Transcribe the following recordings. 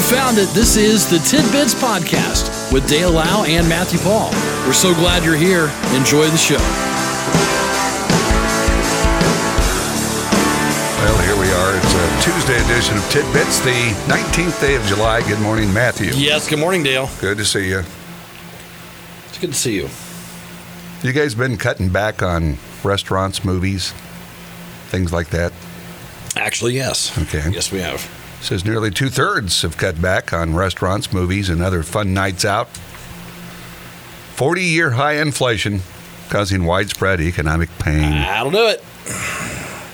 found it. This is the Tidbits Podcast with Dale Lau and Matthew Paul. We're so glad you're here. Enjoy the show. Well, here we are. It's a Tuesday edition of Tidbits, the 19th day of July. Good morning, Matthew. Yes, good morning, Dale. Good to see you. It's good to see you. You guys been cutting back on restaurants, movies, things like that? Actually, yes. Okay. Yes, we have. Says nearly two thirds have cut back on restaurants, movies, and other fun nights out. 40 year high inflation causing widespread economic pain. That'll do it.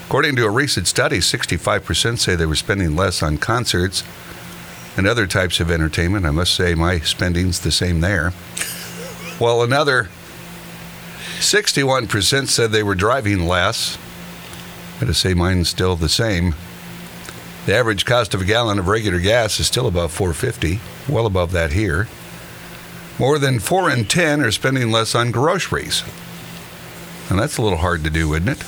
According to a recent study, 65% say they were spending less on concerts and other types of entertainment. I must say, my spending's the same there. While another 61% said they were driving less. Gotta say, mine's still the same. The average cost of a gallon of regular gas is still above 450, well above that here. More than four in ten are spending less on groceries, and that's a little hard to do, isn't it?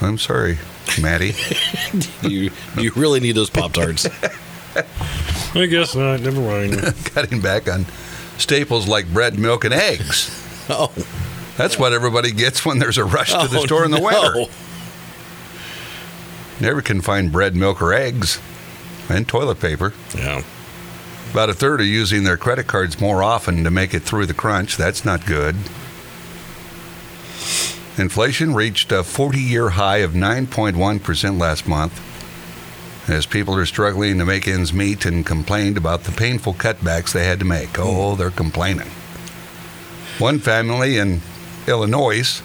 I'm sorry, Maddie. You you really need those Pop Tarts. I guess not. Never mind. Cutting back on staples like bread, milk, and eggs. Oh, That's what everybody gets when there's a rush to the oh, store in the no. winter. Never can find bread, milk, or eggs, and toilet paper. Yeah. About a third are using their credit cards more often to make it through the crunch. That's not good. Inflation reached a 40 year high of 9.1% last month as people are struggling to make ends meet and complained about the painful cutbacks they had to make. Oh, they're complaining. One family in Illinois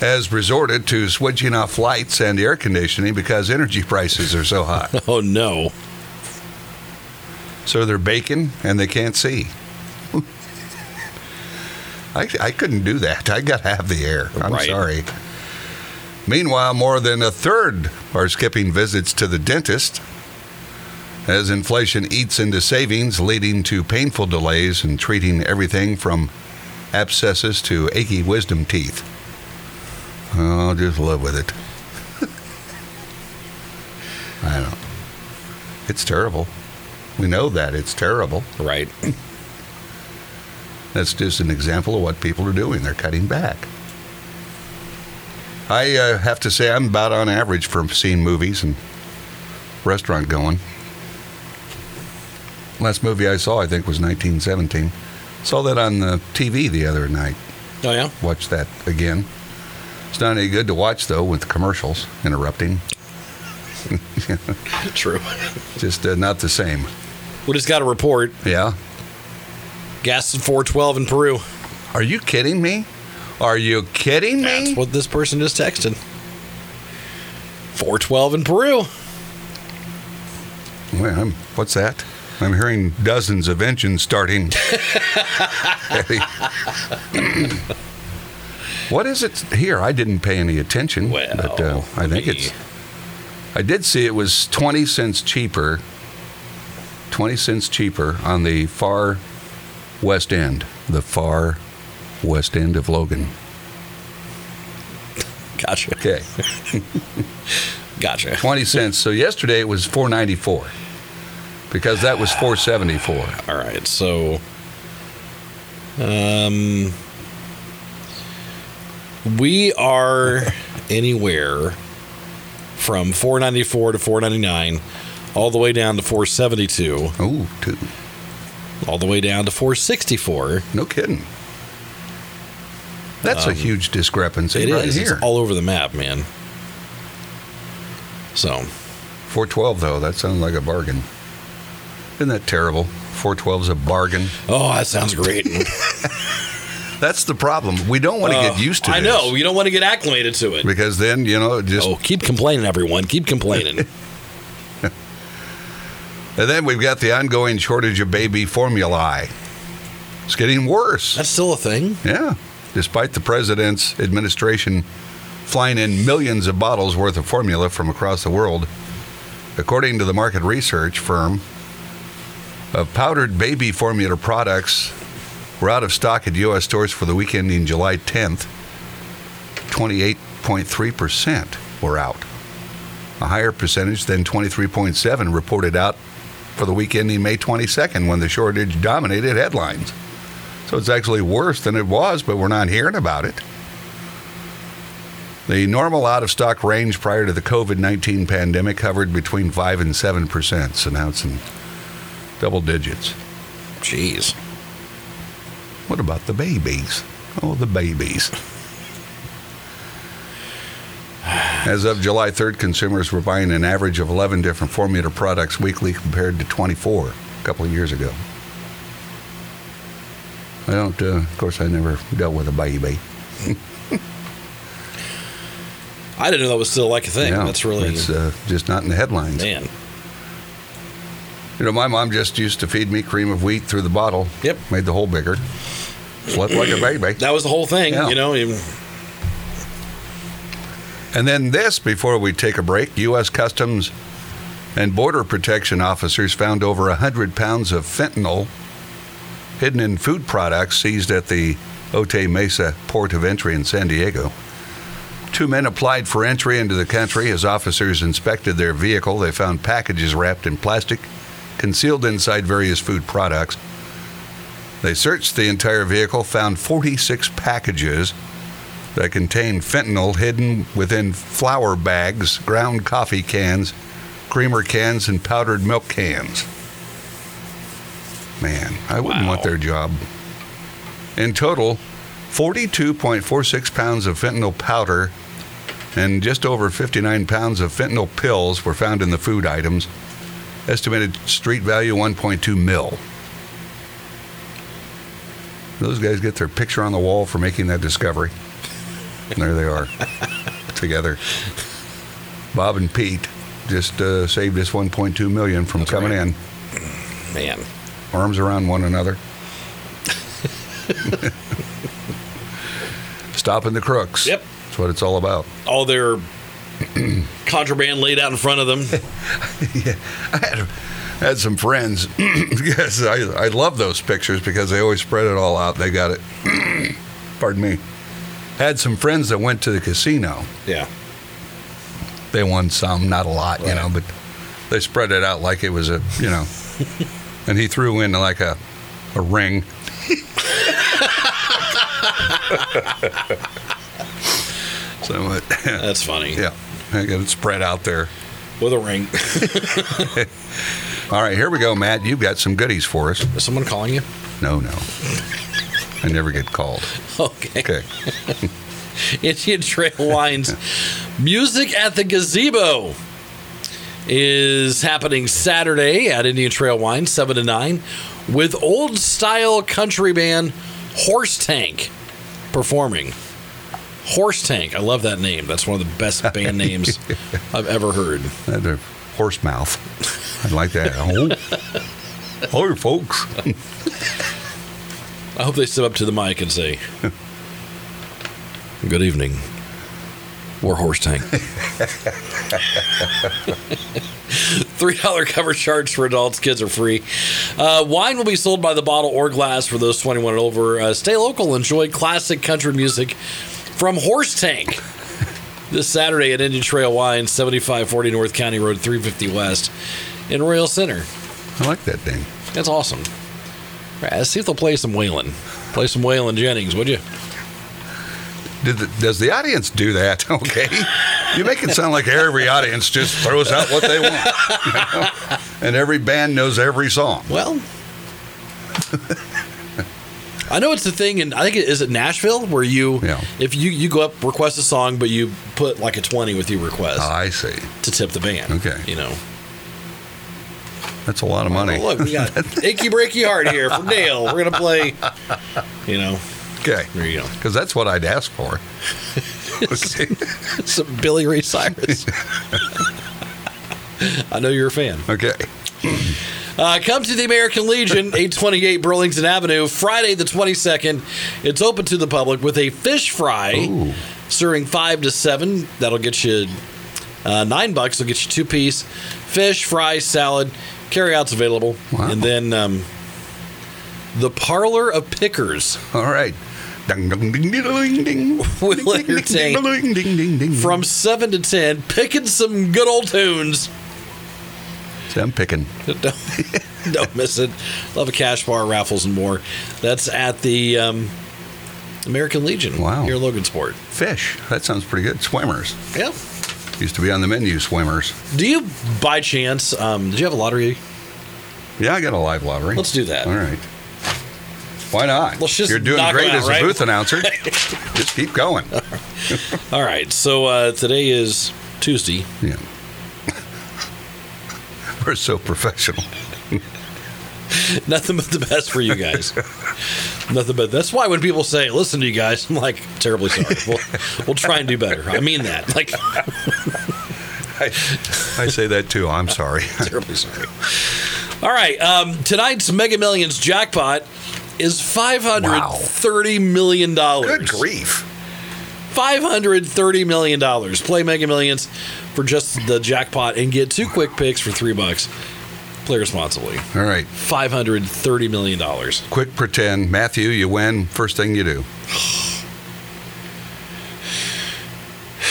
has resorted to switching off lights and air conditioning because energy prices are so high. Oh no. So they're baking and they can't see. I, I couldn't do that. I got to have the air. I'm Right. sorry. Meanwhile, more than a third are skipping visits to the dentist as inflation eats into savings, leading to painful delays in treating everything from abscesses to achy wisdom teeth. I'll just live with it. I don't. It's terrible. We know that it's terrible. Right. That's just an example of what people are doing. They're cutting back. I uh, have to say, I'm about on average for seeing movies and restaurant going. Last movie I saw, I think, was 1917. Saw that on the TV the other night. Oh yeah. Watched that again. It's not any good to watch, though, with commercials interrupting. True. Just uh, not the same. We just got a report. Yeah. Gas is 412 in Peru. Are you kidding me? Are you kidding me? That's what this person just texted. 412 in Peru. Well, I'm, what's that? I'm hearing dozens of engines starting. what is it here? I didn't pay any attention, Well, but uh, I think me. it's. I did see it was 20 cents cheaper. 20 cents cheaper on the far west end, the far west end of Logan. Gotcha. Okay, Gotcha. 20 cents. So yesterday it was 4.94 because that was 4.74. All right. So, um, we are anywhere from 494 to 499, all the way down to 472, Oh, two. all the way down to 464. No kidding. That's a huge Um, discrepancy It is right here. It's all over the map, man. So, 412 though, that sounds like a bargain. Isn't that terrible? 412 is a bargain. oh, that sounds great. That's the problem. We don't want to get used to Uh, I this. know you don't want to get acclimated to it. Because then, you know, it just Oh, keep complaining, everyone. Keep complaining. and then we've got the ongoing shortage of baby formulae. It's getting worse. That's still a thing. Yeah. Despite the president's administration flying in millions of bottles worth of formula from across the world, according to the market research firm, of powdered baby formula products were out of stock at U.S. stores for the weekend in July 10th. 28.3% were out. a higher percentage than 23.7 reported out for the week ending May 22nd when the shortage dominated headlines. So it's actually worse than it was, but we're not hearing about it. The normal out of stock range prior to the COVID 19 pandemic hovered between 5 and 7%, so now it's in double digits. Jeez. What about the babies? Oh, the babies. As of July 3rd, consumers were buying an average of 11 different formula products weekly compared to 24 a couple of years ago. I don't, uh, of course, I never dealt with a baby. I didn't know that was still like a thing. No, That's really It's uh, just not in the headlines. man. You know, my mom just used to feed me cream of wheat through the bottle. Yep. Made the hole bigger. Slept like a baby. That was the whole thing, Yeah. you know. even- And then this, before we take a break, U.S. Customs and Border Protection officers found over 100 pounds of fentanyl hidden in food products seized at the Ote Mesa port of entry in San Diego. Two men applied for entry into the country. As officers inspected their vehicle, they found packages wrapped in plastic, concealed inside various food products. They searched the entire vehicle, found 46 packages that contain fentanyl hidden within flour bags, ground coffee cans, creamer cans, and powdered milk cans. Man, I wouldn't Wow. want their job. In total, 42.46 pounds of fentanyl powder and just over 59 pounds of fentanyl pills were found in the food items. Estimated street value 1.2 mil. Those guys get their picture on the wall for making that discovery. And there they are together. Bob and Pete just uh, saved us 1.2 million from coming in, man. arms around one another, stopping the crooks. Yep. that's what it's all about. All their contraband laid out in front of them. I had, I had some friends. yes, I, I love those pictures because they always spread it all out. They got it. Pardon me. Had some friends that went to the casino. Yeah. They won some, not a lot, you know, but they spread it out like it was a, you know. and he threw in like a, a ring. so, uh, That's funny. yeah, I got it spread out there. With a ring. All right, here we go, Matt. You've got some goodies for us. Is someone calling you? No, no. I never get called. Okay. Okay. Indian Trail Wines. Music at the Gazebo is happening Saturday at Indian Trail Wine, 7 to 9, with old style country band Horse Tank performing. Horse Tank. I love that name. That's one of the best band names I've ever heard. That's a horse mouth. I like that. Oh. Hi, folks. I hope they step up to the mic and say, Good evening. We're Horse Tank. $3 cover charge for adults. Kids are free. Uh, wine will be sold by the bottle or glass for those 21 and over. Uh, stay local. Enjoy classic country music from Horse Tank this Saturday at Indian Trail Wine, 7540 North County Road, 350 West in Royal Center. I like that thing. That's awesome. All right, let's see if they'll play some Waylon. Play some Waylon Jennings, would you? Did the, does the audience do that? Okay. You make it sound like every audience just throws out what they want. you know? And every band knows every song. Well, I know it's the thing, and I think it is it Nashville where you, Yeah. if you you go up request a song, but you put like a twenty with your request I see. to tip the band. Ah. Okay. you know. That's a lot of money. Oh, look, we got "Icky Breaky Heart" here from Dale. We're gonna play. You know, Okay. there you go. Because that's what I'd ask for. okay. Some Billy Ray Cyrus. I know you're a fan. okay. Uh, come to the American Legion, 828 Burlington Avenue, Friday the 22nd. It's open to the public with a fish fry serving five to seven. That'll get you uh, nine bucks. It'll get you two piece fish, fry, salad, carry outs available. Wow. And then um, the Parlor of Pickers. All right. Ding ding ding ding ding ding. We'll Ding, ding, entertain ding, ding, ding, ding, ding. from 7 to 10, picking some good old tunes. See, I'm picking. don't, don't miss it. Love a cash bar, raffles, and more. That's at the um, American Legion Wow. here in Logansport. Fish. That sounds pretty good. Swimmers. Yeah. Used to be on the menu, swimmers. Do you, by chance, um, did you have a lottery? Yeah, I got a live lottery. Let's do that. All right. Why not? Let's just You're doing knock 'em great out, as right? a booth announcer. just keep going. All right. So uh, today is Tuesday. Yeah. We're so professional. Nothing but the best for you guys. Nothing but that's why when people say listen to you guys, I'm like terribly sorry. We'll, we'll try and do better. I mean that. Like I, I say that too. I'm sorry. terribly sorry. All right. Um, tonight's Mega Millions jackpot is five hundred thirty million dollars. Good grief. Five hundred thirty million dollars. Play Mega Millions for just the jackpot and get two quick picks for three bucks. Play responsibly. All right. Five hundred thirty million dollars. Quick pretend. Matthew, you win. First thing you do.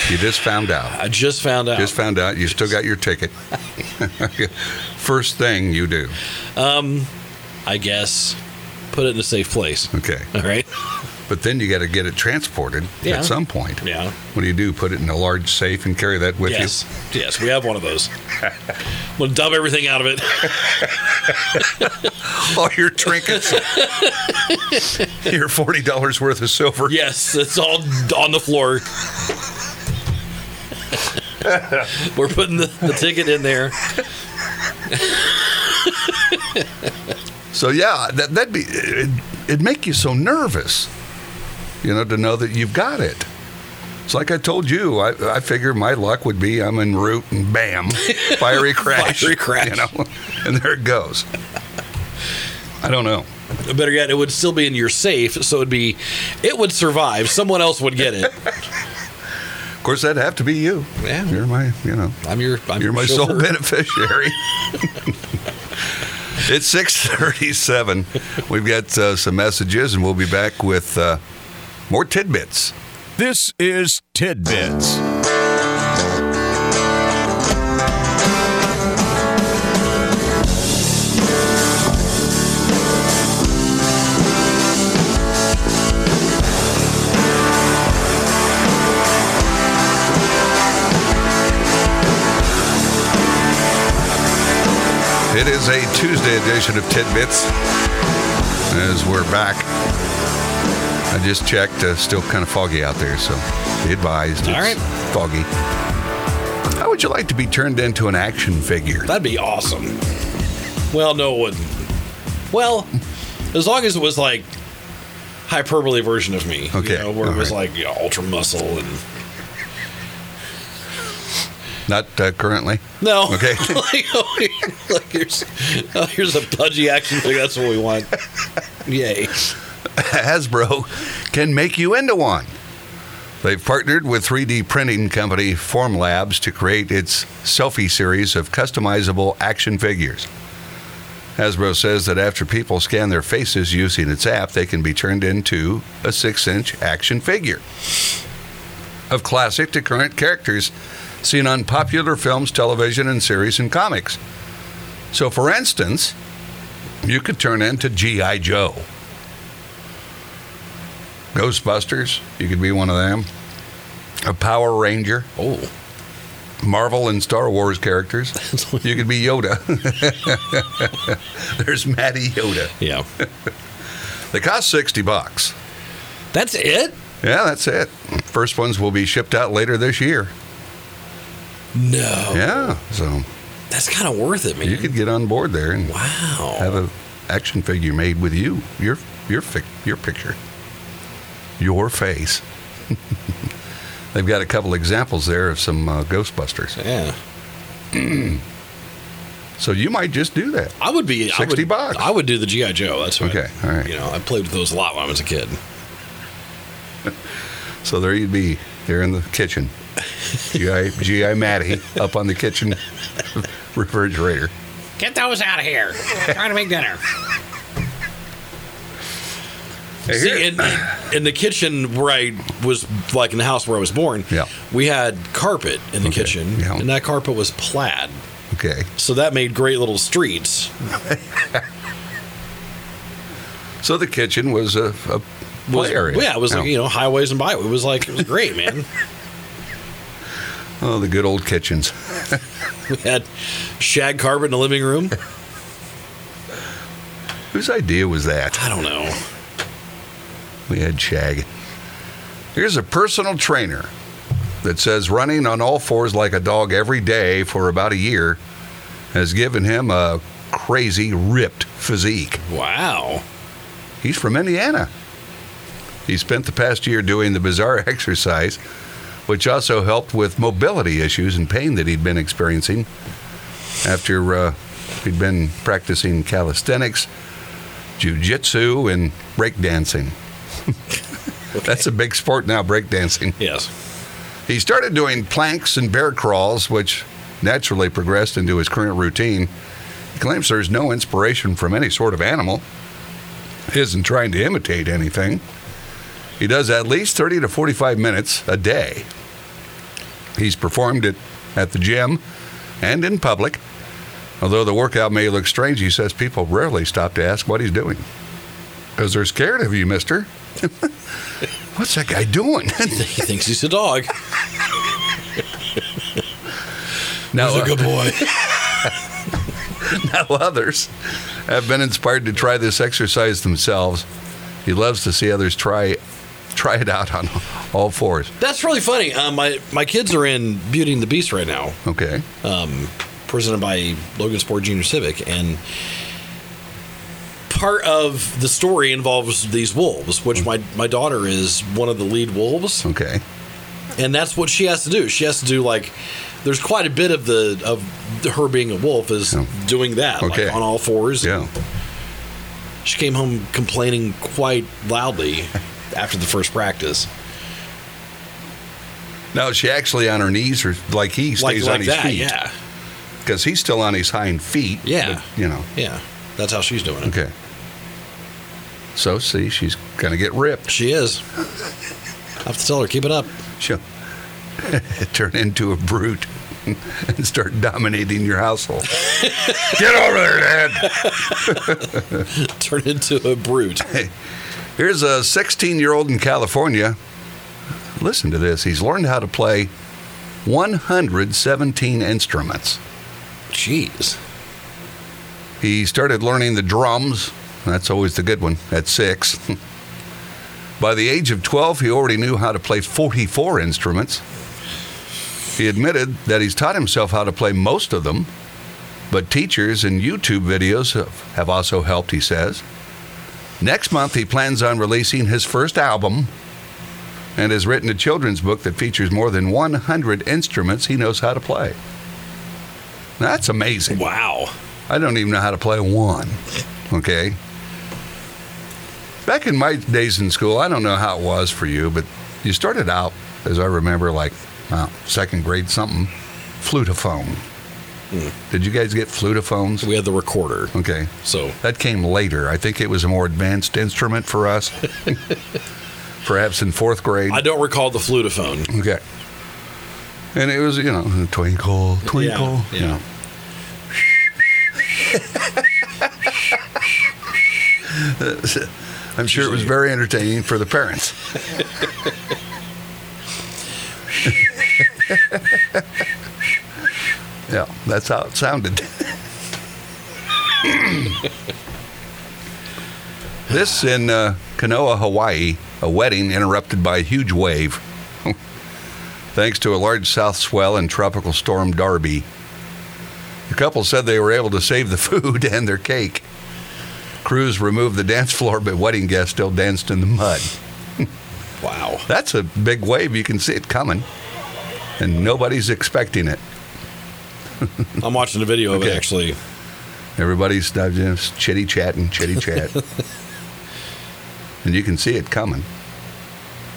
You just found out. I just found out. Just found out. You still got your ticket. First thing you do. I guess put it in a safe place. Okay. All right. But then you got to get it transported Yeah. at some point. Yeah. What do you do? Put it in a large safe and carry that with Yes. Yes. We have one of those. I'm gonna dump everything out of it. you? All your trinkets. your $40 worth of silver. Yes, it's all on the floor. We're putting the, the ticket in there. So yeah, that, that'd be it, it'd make you so nervous, you know, to know that you've got it. It's like I told you. I, I figure my luck would be I'm en route and bam, fiery crash, Fiery crash. you know, and there it goes. I don't know. Better yet, it would still be in your safe, so it'd be, it would survive. Someone else would get it. Of course, that'd have to be you. Yeah. you're my, you know, I'm your, I'm you're your my chauffeur. sole beneficiary. it's six thirty-seven. We've got uh, some messages, and we'll be back with uh, more tidbits. This is Tidbits. It is a Tuesday edition of Tidbits as we're back. I just checked, uh, still kind of foggy out there, so be advised. All it's right. Foggy. How would you like to be turned into an action figure? That'd be awesome. Well, no, it wouldn't. Well, as long as it was like hyperbole version of me. Okay, You know, where it was all like you know, ultra muscle and Not uh, currently. no. Okay. like, oh, like, here's, oh, here's a pudgy action figure. That's what we want. Yay. Hasbro can make you into one. They've partnered with 3D printing company Formlabs to create its selfie series of customizable action figures. Hasbro says that after people scan their faces using its app, they can be turned into a six inch action figure of classic to current characters seen on popular films, television, and series and comics. So, for instance, you could turn into G.I. Joe. Ghostbusters, you could be one of them. A Power Ranger, Oh. Marvel and Star Wars characters. You could be Yoda. There's Matty Yoda. Yeah. They cost 60 bucks. That's it? Yeah, that's it. First ones will be shipped out later this year. No. Yeah, so That's kind of worth it, man. you could get on board there and wow. have a action figure made with you, your your fic, your picture, your face. They've got a couple examples there of some uh, Ghostbusters. yeah. So you might just do that. I would be I 60 would, bucks. I would do the GI Joe. That's what, Okay, all right. You know, I played with those a lot when I was a kid. So there you'd be, there in the kitchen. GI, GI Matty up on the kitchen refrigerator. Get those out of here. trying to make dinner. See, and, and in the kitchen where I was, like in the house where I was born, Yeah. we had carpet in the kitchen, yeah. and that carpet was plaid. Okay. So that made great little streets. So the kitchen was a, a play was- area. Yeah, it was like you know highways and byways. It was like it was great, man. Oh, the good old kitchens. we had shag carpet in the living room. Whose idea was that? I don't know. We had Shag. Here's a personal trainer that says running on all fours like a dog every day for about a year has given him a crazy ripped physique. Wow. He's from Indiana. He spent the past year doing the bizarre exercise, which also helped with mobility issues and pain that he'd been experiencing after uh, he'd been practicing calisthenics, jiu-jitsu, and breakdancing. That's a big sport now, breakdancing. Yes. He started doing planks and bear crawls, which naturally progressed into his current routine. He claims there's no inspiration from any sort of animal, isn't trying to imitate anything. He does at least 30 to 45 minutes a day. He's performed it at the gym and in public. Although the workout may look strange, he says people rarely stop to ask what he's doing. Because they're scared of you, mister. What's that guy doing? He thinks he's a dog. now, He's a good boy. now others have been inspired to try this exercise themselves. He loves to see others try try it out on all fours. That's really funny. Um, my my kids are in Beauty and the Beast right now, Okay. presented by Logan Sport Junior Civic, and part of the story involves these wolves, which my my daughter is one of the lead wolves. Okay. and that's what she has to do. She has to do like there's quite a bit of the of her being a wolf is Yeah. doing that Okay. like on all fours. Yeah. She came home complaining quite loudly after the first practice. Now is she actually on her knees or like he stays Like on like his that. feet? Yeah. Because he's still on his hind feet. Yeah. but, you know. Yeah. That's how she's doing it. Okay. So see, she's gonna get ripped. She is. I have to tell her, keep it up. She'll turn into a brute and start dominating your household. get over there, Dad. Turn into a brute. Here's a 16 year old in California. Listen to this. He's learned how to play 117 instruments. Jeez. He started learning the drums. That's always the good one at six. By the age of 12, he already knew how to play 44 instruments. He admitted that he's taught himself how to play most of them, but teachers and YouTube videos have, have also helped, he says. Next month, he plans on releasing his first album and has written a children's book that features more than 100 instruments he knows how to play. That's amazing. Wow. I don't even know how to play one. Okay. Back in my days in school, I don't know how it was for you, but you started out, as I remember, like uh, second grade something, flutophone. Did you guys get flutophones? Hmm. We had the recorder. Okay. So That came later. I think it was a more advanced instrument for us, perhaps in fourth grade. I don't recall the flutophone. Okay. And it was, you know, twinkle, twinkle. Yeah, you yeah. know. I'm sure it was very entertaining for the parents. yeah, that's how it sounded. this in uh, Kanoa, Hawaii, a wedding interrupted by a huge wave thanks to a large south swell and tropical storm Darby. The couple said they were able to save the food and their cake. Crews removed the dance floor, but wedding guests still danced in the mud. Wow. That's a big wave. You can see it coming, and nobody's expecting it. I'm watching a video of it Okay. actually. Everybody's uh, just chitty chatting, chitty chat, and you can see it coming.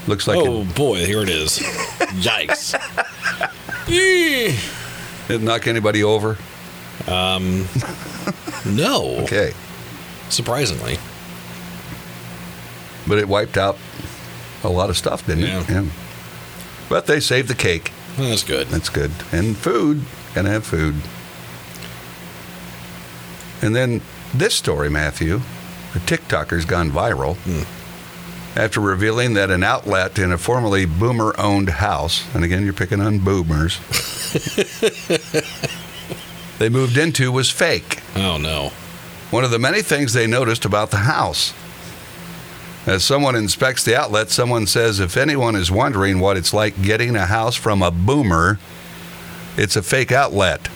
Looks like Oh boy, here it is. Yikes. Eh. it, it'd knock anybody over. No, Okay. surprisingly. but it wiped out a lot of stuff, didn't it? Yeah. Yeah. But they saved the cake. Well, that's good. That's good. And food. Gotta have food. And then this story, Matthew, a TikToker's gone viral after revealing that an outlet in a formerly boomer owned house, and again, you're picking on boomers, they moved into was fake. Oh no. One of the many things they noticed about the house. As someone inspects the outlet, someone says if anyone is wondering what it's like getting a house from a boomer, it's a fake outlet.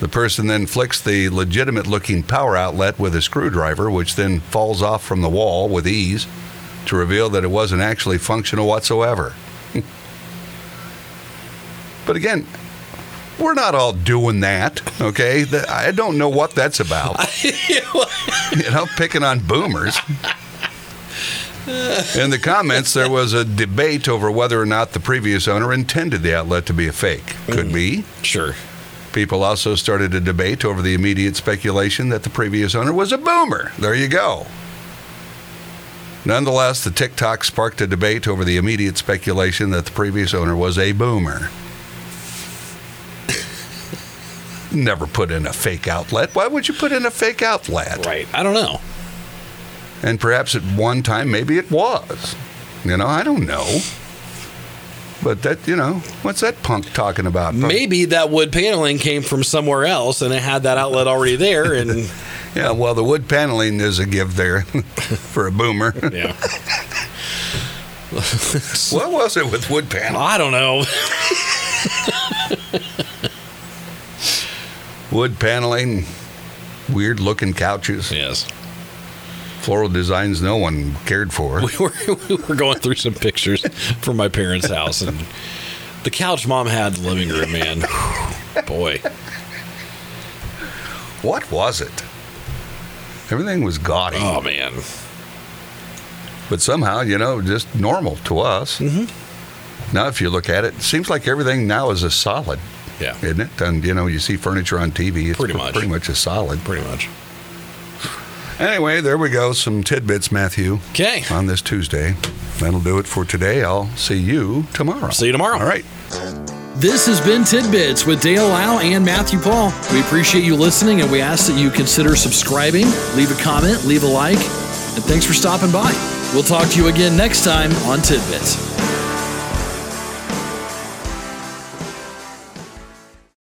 The person then flicks the legitimate looking power outlet with a screwdriver, which then falls off from the wall with ease to reveal that it wasn't actually functional whatsoever. but again, we're not all doing that, okay? Th- I don't know what that's about. you know, picking on boomers. In the comments, there was a debate over whether or not the previous owner intended the outlet to be a fake. Could be. Sure. People also started a debate over the immediate speculation that the previous owner was a boomer. There you go. Nonetheless, the TikTok sparked a debate over the immediate speculation that the previous owner was a boomer. Never put in a fake outlet. Why would you put in a fake outlet? Right. I don't know. And perhaps at one time, maybe it was. You know, I don't know. But that, you know, what's that punk talking about? Maybe that wood paneling came from somewhere else and it had that outlet already there and Yeah, well, the wood paneling is a give there for a boomer. yeah. what was it with wood paneling? I don't know. Wood paneling, weird looking couches, Yes. floral designs no one cared for. We were, we were going through some pictures from my parents' house and the couch mom had in the living room, man. Boy. What was it? Everything was gaudy, Oh man. but somehow, you know, just normal to us. Mm-hmm. Now, if you look at it, it seems like everything now is a solid. Yeah. isn't it? And you know, you see furniture on TV. It's Pretty much. pretty much a solid. Pretty much. Anyway, there we go. Some tidbits, Matthew, Okay. on this Tuesday. That'll do it for today. I'll see you tomorrow. See you tomorrow. All right. This has been Tidbits with Dale Lau and Matthew Paul. We appreciate you listening and we ask that you consider subscribing, leave a comment, leave a like, and thanks for stopping by. We'll talk to you again next time on Tidbits.